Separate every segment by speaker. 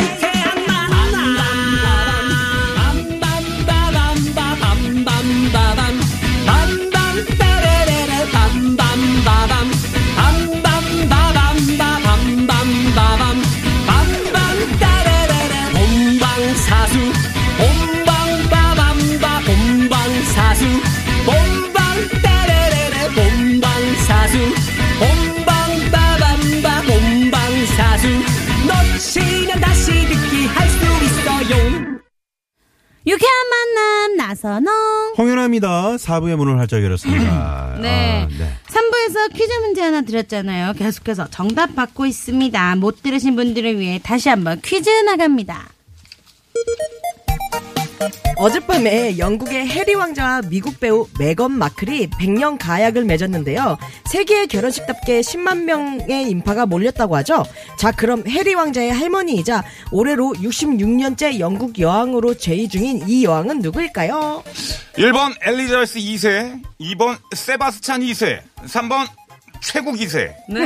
Speaker 1: 유쾌한 만남 빰빰빠밤빠밤빰빰빠밤 빰빰빠라라라 빰빰빠밤 빰빰빠밤빠밤빰빰빠밤 빰빰따라라라 본방사수 본방빠밤빠 본방사수 본방따라라라 본방사수 본방빠밤빠 본방사수 놓치면 다시 듣기 할 수 있어요
Speaker 2: 유쾌한 만남 나선홍.
Speaker 3: 홍윤아입니다. 4부의 문을 활짝 열었습니다.
Speaker 2: 네.
Speaker 3: 아, 네.
Speaker 2: 3부에서 퀴즈 문제 하나 드렸잖아요. 계속해서 정답 받고 있습니다. 못 들으신 분들을 위해 다시 한번 퀴즈 나갑니다.
Speaker 4: 어젯밤에 영국의 해리 왕자와 미국 배우 메건 마클이 백년 가약을 맺었는데요. 세계의 결혼식답게 10만 명의 인파가 몰렸다고 하죠. 자, 그럼 해리 왕자의 할머니이자 올해로 66년째 영국 여왕으로 재위 중인 이 여왕은 누구일까요?
Speaker 5: 1번 엘리자베스 2세, 2번 세바스찬 2세, 3번 최국 2세.
Speaker 2: 네.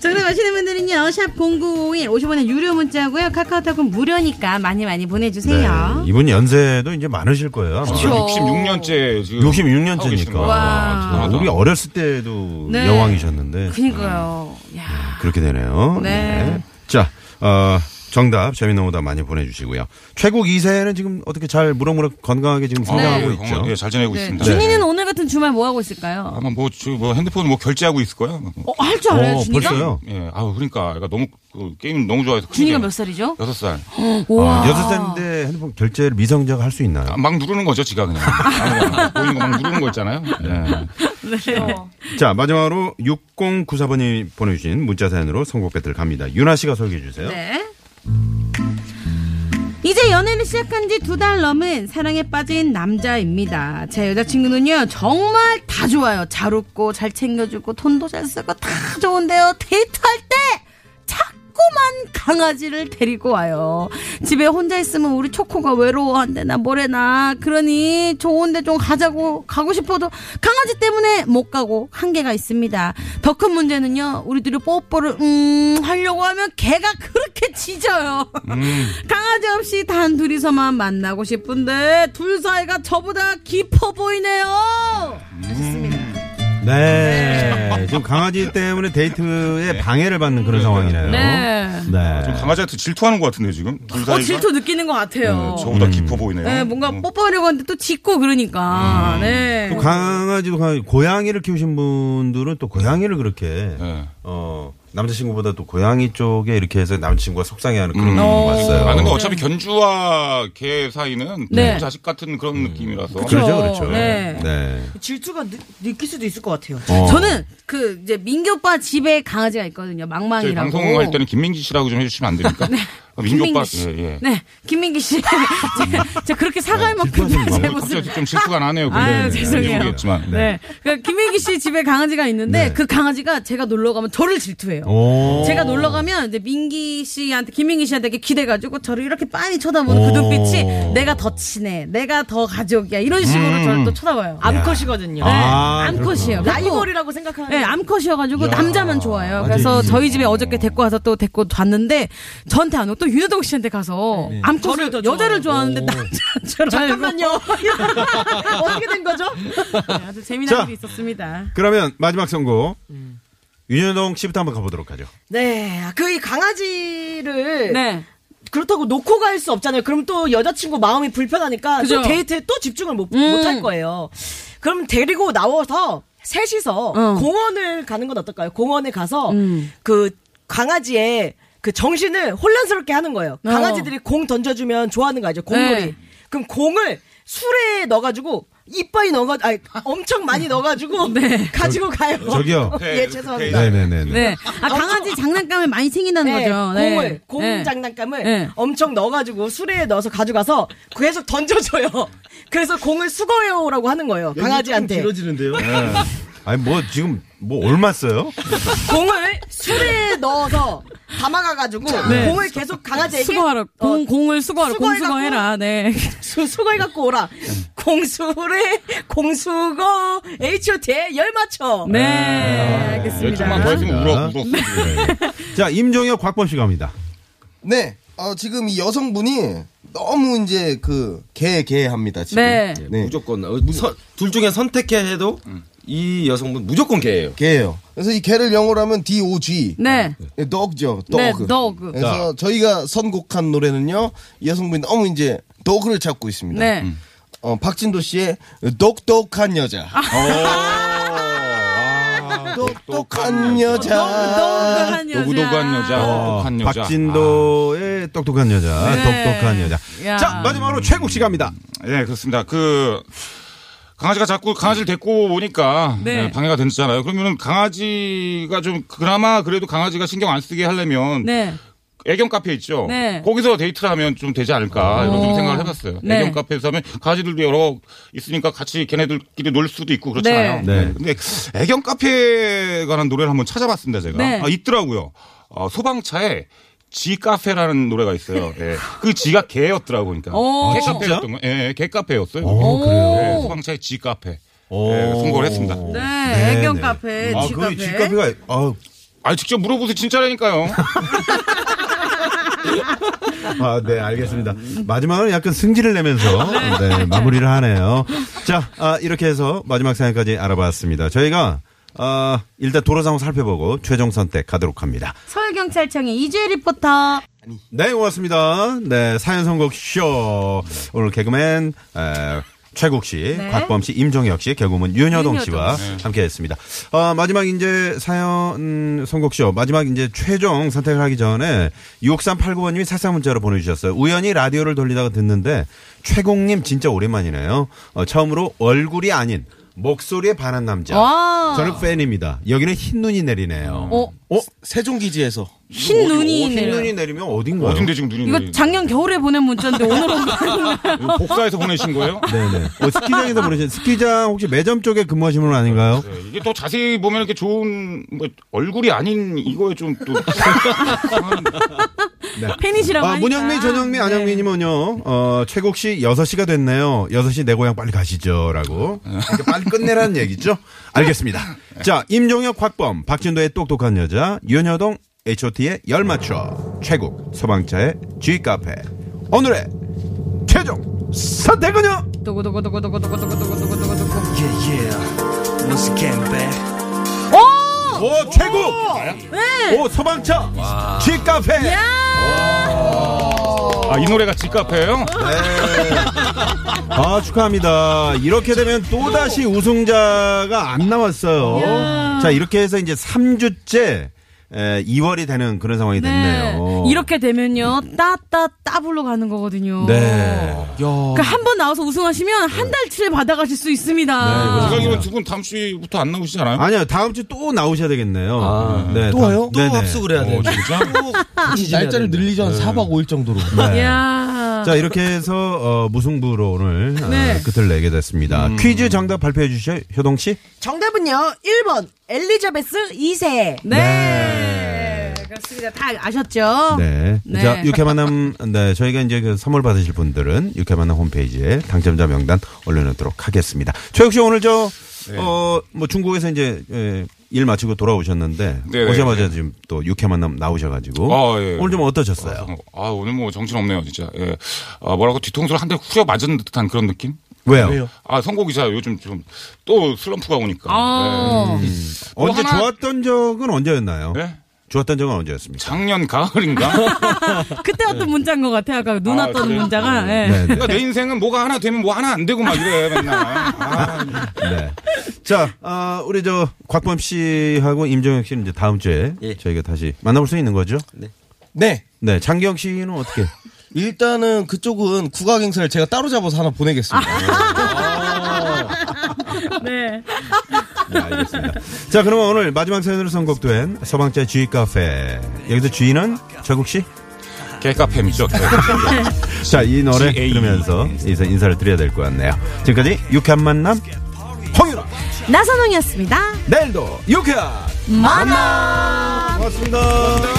Speaker 2: 정답 아시는 분들은요. 샵 0951, 50원의 유료 문자고요. 카카오톡은 무료니까 많이 많이 보내주세요.
Speaker 3: 네. 이분 연세도 이제 많으실 거예요. 아마.
Speaker 5: 66년째 지금.
Speaker 3: 66년째니까. 아,
Speaker 2: 와,
Speaker 5: 대단하다.
Speaker 3: 우리 어렸을 때도
Speaker 2: 네.
Speaker 3: 여왕이셨는데
Speaker 2: 그니까요. 야
Speaker 3: 그렇게 되네요.
Speaker 2: 네.
Speaker 3: 자, 어, 정답 재밌는 오다 많이 보내주시고요. 최국 2세는 지금 어떻게 잘 무럭무럭 건강하게 지금
Speaker 5: 아,
Speaker 3: 성장하고
Speaker 5: 네,
Speaker 3: 있죠.
Speaker 5: 건강- 예, 잘 지내고
Speaker 2: 네.
Speaker 5: 있습니다.
Speaker 2: 준이는 오늘 같은 주말 뭐 하고 있을까요?
Speaker 5: 아마 뭐, 저, 뭐 핸드폰 뭐 결제하고 있을 거야.
Speaker 2: 어, 할 줄 알아요,
Speaker 3: 어,
Speaker 2: 준이가?
Speaker 3: 벌써요.
Speaker 5: 예, 아우 그러니까 그러니까 너무 그 게임 너무 좋아해서.
Speaker 2: 준이가 몇 살이죠?
Speaker 5: 6살.
Speaker 2: 우와. 아, 음.
Speaker 3: 아, 6살인데 핸드폰 결제를 미성자가 할 수 있나요?
Speaker 5: 아, 막 누르는 거죠, 지가 그냥. 아무거나. 보이는 거 막 누르는 거 있잖아요.
Speaker 2: 네.
Speaker 5: 예.
Speaker 3: 자, 마지막으로 6094번이 보내주신 문자 사연으로 선곡 배틀 갑니다. 윤아 씨가 소개해 주세요.
Speaker 2: 네. 이제 연애를 시작한 지 두 달 넘은 사랑에 빠진 남자입니다. 제 여자친구는요, 정말 다 좋아요. 잘 웃고, 잘 챙겨주고, 돈도 잘 쓰고, 다 좋은데요. 데이트할 때! 자꾸만 강아지를 데리고 와요. 집에 혼자 있으면 우리 초코가 외로워한대나 뭐래나. 그러니 좋은데 좀 가자고 가고 싶어도 강아지 때문에 못 가고 한계가 있습니다. 더 큰 문제는요. 우리 들이 뽀뽀를 음 하려고 하면 개가 그렇게 짖어요.
Speaker 5: 음.
Speaker 2: 강아지 없이 단 둘이서만 만나고 싶은데 둘 사이가 저보다 깊어 보이네요.
Speaker 3: 네. 지금 강아지 때문에 데이트에 방해를 받는 그런 상황이네요. 네.
Speaker 5: 좀 강아지한테 질투하는 것 같은데, 지금. 둘 사이가.
Speaker 2: 어 질투 느끼는 것 같아요.
Speaker 5: 예, 저보다 깊어 음. 보이네요.
Speaker 2: 네, 뭔가
Speaker 5: 음.
Speaker 2: 뽀뽀하려고 하는데 또 짖고 그러니까. 네.
Speaker 3: 또 강아지도 강아지, 고양이를 키우신 분들은 또 고양이를 그렇게
Speaker 5: 예.
Speaker 3: 어 남자친구보다 또 고양이 쪽에 이렇게 해서 남자친구가 속상해하는 그런 거
Speaker 2: 어.
Speaker 3: 봤어요.
Speaker 5: 아, 근데 어차피 견주와 개 사이는
Speaker 2: 네.
Speaker 5: 네. 자식 같은 그런 느낌이라서.
Speaker 3: 그렇죠, 그렇죠.
Speaker 2: 네.
Speaker 3: 네.
Speaker 4: 질투가 느, 느낄 수도 있을 것 같아요.
Speaker 3: 어.
Speaker 2: 저는 그 이제 민규 오빠 집에 강아지가 있거든요.
Speaker 5: 저희
Speaker 2: 망망이라고. 네.
Speaker 5: 방송할 때는 김민기 씨라고 좀 해주시면 안 됩니까? 민규 오빠,
Speaker 2: 김민기 씨.
Speaker 5: 예, 예.
Speaker 2: 네, 김민기 씨. 제가, 제가 그렇게 사과할 만큼
Speaker 3: 질투하시는 거
Speaker 2: 제
Speaker 3: 아니에요?
Speaker 5: 뭐
Speaker 2: 모습.
Speaker 5: 갑자기 좀 실수가 나네요. 근데.
Speaker 2: 아유,
Speaker 5: 네,
Speaker 2: 죄송해요.
Speaker 5: 모르겠지만.
Speaker 2: 네. 그러니까 김민기 씨 집에 강아지가 있는데
Speaker 3: 네.
Speaker 2: 그 강아지가 제가 놀러 가면 저를 질투해요.
Speaker 3: 오.
Speaker 2: 제가 놀러 가면 이제 민기 씨한테 김민기 씨한테 이렇게 기대가지고 저를 이렇게 빤히 쳐다보는 그
Speaker 3: 오.
Speaker 2: 눈빛이 내가 더 친해, 내가 더 가족이야 이런 식으로
Speaker 3: 음.
Speaker 2: 저를 또 쳐다봐요.
Speaker 4: 암컷이거든요.
Speaker 2: 네,
Speaker 3: 아,
Speaker 2: 암컷이에요. 그리고
Speaker 4: 라이벌이라고 생각하는.
Speaker 2: 네, 암컷이어가지고 남자만 좋아해요. 음. 그래서
Speaker 3: 완전히.
Speaker 2: 저희 집에 어저께 데리고 와서 또 데리고 왔는데 저한테 안 오고 또 윤여동 씨한테 가서 암컷
Speaker 4: 저를 더
Speaker 2: 여자를
Speaker 4: 좋아해요.
Speaker 2: 좋아하는데 남자를
Speaker 4: 잠깐만요. 어떻게 된 거죠?
Speaker 2: 네, 아주 재미난
Speaker 3: 자.
Speaker 2: 일이 있었습니다.
Speaker 3: 그러면 마지막 선곡 윤현동 씨부터 한번 가보도록 하죠.
Speaker 4: 네, 그 이 강아지를
Speaker 2: 네.
Speaker 4: 그렇다고 놓고 갈 수 없잖아요. 그럼 또 여자친구 마음이 불편하니까
Speaker 2: 그죠. 음.
Speaker 4: 또 데이트에 또 집중을 못, 못할 거예요. 그럼 데리고 나와서 셋이서
Speaker 2: 어. 음.
Speaker 4: 공원을 가는 건 어떨까요? 공원에 가서 그 강아지의 그 정신을 혼란스럽게 하는 거예요. 강아지들이 공 던져주면 좋아하는 거 알죠? 공놀이.
Speaker 2: 어. 네.
Speaker 4: 그럼 공을 술에 넣어가지고 이빨이 넣어가, 아니 엄청 많이 넣어가지고 가지고 가요.
Speaker 3: 저기요. 그,
Speaker 4: 예, 죄송합니다.
Speaker 5: 네.
Speaker 3: 네네네.
Speaker 2: 네. 아, 강아지 장난감을 많이 생긴다는
Speaker 4: 네,
Speaker 2: 거죠. 네.
Speaker 4: 공을 공
Speaker 2: 네.
Speaker 4: 장난감을
Speaker 2: 네.
Speaker 4: 엄청 넣어가지고 수레에 넣어서 가져가서 계속 던져줘요. 그래서 공을 수거해오라고 하는 거예요 강아지한테
Speaker 3: 길어지는데요. 아니 뭐 지금 뭐 올맞어요?
Speaker 4: 공을 수레에 넣어서 담아가가지고
Speaker 2: 네.
Speaker 4: 공을 계속 강아지에게 어,
Speaker 2: 수거하라. 공, 공을 수거하라. 공
Speaker 4: 수거해갖고
Speaker 2: 수거해라. 네.
Speaker 4: 수, 거해갖고 오라. 공수래 공수고 H.O.T.에 열맞춰.
Speaker 2: 네,
Speaker 3: 열
Speaker 2: 알겠습니다. 네.
Speaker 3: 조금만
Speaker 5: 좀만 더 했으면 울어, 울었어.
Speaker 3: 자, 임종혁 곽범 씨 갑니다.
Speaker 6: 네. 어, 지금 이 여성분이 너무 이제 그 개개합니다 지금.
Speaker 2: 네.
Speaker 1: 예,
Speaker 6: 네.
Speaker 7: 무조건 어, 선- 둘 중에 선택해야 해도 이 여성분 무조건 개예요.
Speaker 6: 개예요. 그래서 이 개를 영어로 하면 D O G. 예,
Speaker 2: 네.
Speaker 6: dog죠. dog. 예,
Speaker 2: 네, dog.
Speaker 6: 그래서 저희가 선곡한 노래는요. 이 여성분이 너무 이제 dog를 찾고 있습니다.
Speaker 2: 네.
Speaker 6: 어, 박진도 씨의 똑똑한 여자.
Speaker 2: 아.
Speaker 5: 어,
Speaker 6: 똑똑한
Speaker 3: 아,
Speaker 6: 여자.
Speaker 2: 그 똑똑한 여자. 어,
Speaker 5: 노구도구한 여자, 아, 똑똑한
Speaker 3: 어,
Speaker 5: 여자. 아,
Speaker 3: 박진도의 똑똑한 여자,
Speaker 2: 네.
Speaker 3: 똑똑한 여자.
Speaker 2: 야.
Speaker 3: 자, 마지막으로 최국 씨 갑니다.
Speaker 5: 아, 네, 그렇습니다. 그 강아지가 자꾸 강아지를 데리고 오니까
Speaker 2: 네.
Speaker 5: 네, 방해가 됐잖아요. 그러면은 강아지가 좀 그나마 그래도 강아지가 신경 안 쓰게 하려면
Speaker 2: 네.
Speaker 5: 애견 카페 있죠.
Speaker 2: 네.
Speaker 5: 거기서 데이트를 하면 좀 되지 않을까 이런 좀
Speaker 2: 어.
Speaker 5: 생각을 해봤어요.
Speaker 2: 네.
Speaker 5: 애견 카페에서 하면 강아지들도 여러 있으니까 같이 걔네들끼리 놀 수도 있고 그렇잖아요.
Speaker 3: 네. 네.
Speaker 5: 근데 애견 카페에 관한 노래를 한번 찾아봤습니다 제가.
Speaker 2: 네.
Speaker 5: 아, 있더라고요. 어, 소방차에 지 카페라는 노래가 있어요. 예. 그 지가 개였더라고 그러니까.
Speaker 2: 어.
Speaker 5: 개
Speaker 2: 진짜?
Speaker 5: 카페였던 거. 예, 예, 개 카페였어요.
Speaker 3: 오, 아, 그래요? 어.
Speaker 5: 네, 소방차의 지 카페. 네, 선곡을 했습니다.
Speaker 2: 네, 애견 카페,
Speaker 3: 아,
Speaker 2: 쥐
Speaker 3: 그
Speaker 2: 카페.
Speaker 3: 쥐 카페가 아,
Speaker 5: 아 직접 물어보세요 진짜라니까요.
Speaker 3: 아, 네, 알겠습니다. 마지막으로 약간 승질을 내면서 네, 마무리를 하네요. 자, 아, 이렇게 해서 마지막 사연까지 알아봤습니다. 저희가 아, 일단 도로 상황 살펴보고 최종 선택 가도록 합니다.
Speaker 2: 서울경찰청의 이주혜 리포터.
Speaker 3: 네, 고맙습니다. 네, 사연 선곡 쇼. 오늘 개그맨 에, 최국 씨,
Speaker 2: 네.
Speaker 3: 곽범 씨, 임종혁 씨, 개그맨 윤여동 씨와 함께했습니다. 아, 마지막 이제 사연 선곡 쇼 마지막 이제 최종 선택을 하기 전에 6389번님이 사상 문자로 보내주셨어요. 우연히 라디오를 돌리다가 듣는데 최국님 진짜 오랜만이네요. 어, 처음으로 얼굴이 아닌 목소리에 반한 남자.
Speaker 2: 와.
Speaker 3: 저는 팬입니다. 여기는 흰 눈이 내리네요. 어,
Speaker 2: 어,
Speaker 6: 세종기지에서.
Speaker 2: 흰 눈이
Speaker 3: 흰
Speaker 2: 내려.
Speaker 3: 눈이 내리면 어딘가요?
Speaker 5: 어딘데 지금 눈이
Speaker 2: 이거
Speaker 3: 음.
Speaker 5: 내리는
Speaker 2: 작년 겨울에 보낸 문자인데 오늘 온 거 아니에요?
Speaker 5: 거예요? 복사해서 보내신 거예요?
Speaker 3: 네네. 어, 스키장에서 보내신 스키장 혹시 매점 쪽에 근무하시는 분 아닌가요?
Speaker 5: 네, 이게 또 자세히 보면 이렇게 좋은 뭐 얼굴이 아닌 이거에 좀또
Speaker 2: 팬이시라고
Speaker 3: 아,
Speaker 2: 하니까. 네.
Speaker 3: 문영미, 전영미, 안영미님은요, 어, 최국 씨 6시가 됐네요. 6시 내 고향 빨리 가시죠. 라고. 그러니까 빨리 끝내라는 얘기죠. 알겠습니다. 자, 임종혁 곽범, 박진도의 똑똑한 여자, 윤여동, H.O.T.의 열맞춰, 최국, 소방차의 G카페. 오늘의 최종 선택은요?
Speaker 2: 도고도고도고도고도고도고도고도고.
Speaker 3: 음, 오, 최국! 오, 소방차! G카페!
Speaker 5: 아, 이 노래가 집카페예요?
Speaker 3: 네. 아 축하합니다. 이렇게 되면 또 다시 우승자가 안 나왔어요. 자 이렇게 해서 이제 3주째 2월이 되는 그런 상황이
Speaker 2: 네.
Speaker 3: 됐네요.
Speaker 2: 이렇게 되면요, 따따 따블로 가는 거거든요.
Speaker 3: 네.
Speaker 2: 그러니까 한 번 나와서 우승하시면 한 달치를 받아가실 수
Speaker 3: 네,
Speaker 2: 있습니다.
Speaker 5: 제가 이건 두분 다음 주부터 안 나오시잖아요.
Speaker 3: 아니요 다음 주 또 나오셔야 되겠네요.
Speaker 7: 아.
Speaker 3: 네,
Speaker 6: 또
Speaker 3: 다음-
Speaker 6: 와요?
Speaker 3: 네네.
Speaker 7: 해야
Speaker 5: 어, 진짜?
Speaker 6: 날짜를 늘리죠. 한 4박 5일 정도로.
Speaker 2: 이야.
Speaker 3: 자 이렇게 해서 어, 무승부로 오늘 어,
Speaker 2: 네.
Speaker 3: 끝을 내게 됐습니다.
Speaker 6: 음.
Speaker 3: 퀴즈 정답 발표해 주시죠, 효동 씨.
Speaker 4: 정답은요. 1번 엘리자베스 2세.
Speaker 2: 네. 그렇습니다. 다 아셨죠?
Speaker 3: 네.
Speaker 2: 네.
Speaker 3: 자, 육회 만남, 네, 저희가 이제 그 선물 받으실 분들은 육회 만남 홈페이지에 당첨자 명단 올려놓도록 하겠습니다. 최혁 씨 오늘 저,
Speaker 5: 네.
Speaker 3: 어, 뭐 중국에서 이제, 예, 일 마치고 돌아오셨는데
Speaker 5: 네네.
Speaker 3: 오자마자 지금 또 육회 만남 나오셔가지고
Speaker 5: 아, 예.
Speaker 3: 오늘 좀 어떠셨어요?
Speaker 5: 아, 오늘 뭐 정신 없네요, 진짜. 예. 아, 뭐라고 뒤통수를 한 대 후려 맞은 듯한 그런 느낌?
Speaker 3: 왜요?
Speaker 5: 아, 선곡이자 요즘 좀 또 슬럼프가 오니까.
Speaker 2: 아.
Speaker 5: 예. 또
Speaker 3: 언제
Speaker 5: 하나-
Speaker 3: 좋았던 적은 언제였나요?
Speaker 5: 예?
Speaker 3: 좋았던 적은 언제였습니까?
Speaker 5: 작년 가을인가?
Speaker 2: 그때 어떤 문자인 것 같아요. 아까 눈
Speaker 5: 아,
Speaker 2: 왔던
Speaker 5: 그래요?
Speaker 2: 문자가. 예.
Speaker 3: 네, 네.
Speaker 5: 그러니까 내 인생은 뭐가 하나 되면 뭐 하나 안 되고 막 이래, 맨날. 아,
Speaker 3: 네. 자, 아, 우리 저 곽범 씨하고 임종혁 씨는 이제 다음 주에
Speaker 7: 예.
Speaker 3: 저희가 다시 만나볼 수 있는 거죠?
Speaker 6: 네.
Speaker 3: 네, 장경 씨는 어떻게?
Speaker 6: 일단은 그쪽은 국악 행사를 제가 따로 잡아서 하나 보내겠습니다.
Speaker 2: 네.
Speaker 3: 네, 알겠습니다. 자, 그러면 오늘 마지막 사연으로 선곡된 서방자 주의 카페. 여기서 주인은 최국 씨?
Speaker 5: 개카페미죠.
Speaker 3: 자, 이 노래
Speaker 5: GAE.
Speaker 3: 들으면서 인사, 인사를 드려야 될 것 같네요. 지금까지 유쾌한 만남, 홍유라.
Speaker 2: 나선홍이었습니다.
Speaker 3: 내일도 유쾌한
Speaker 2: 만나!
Speaker 3: 고맙습니다.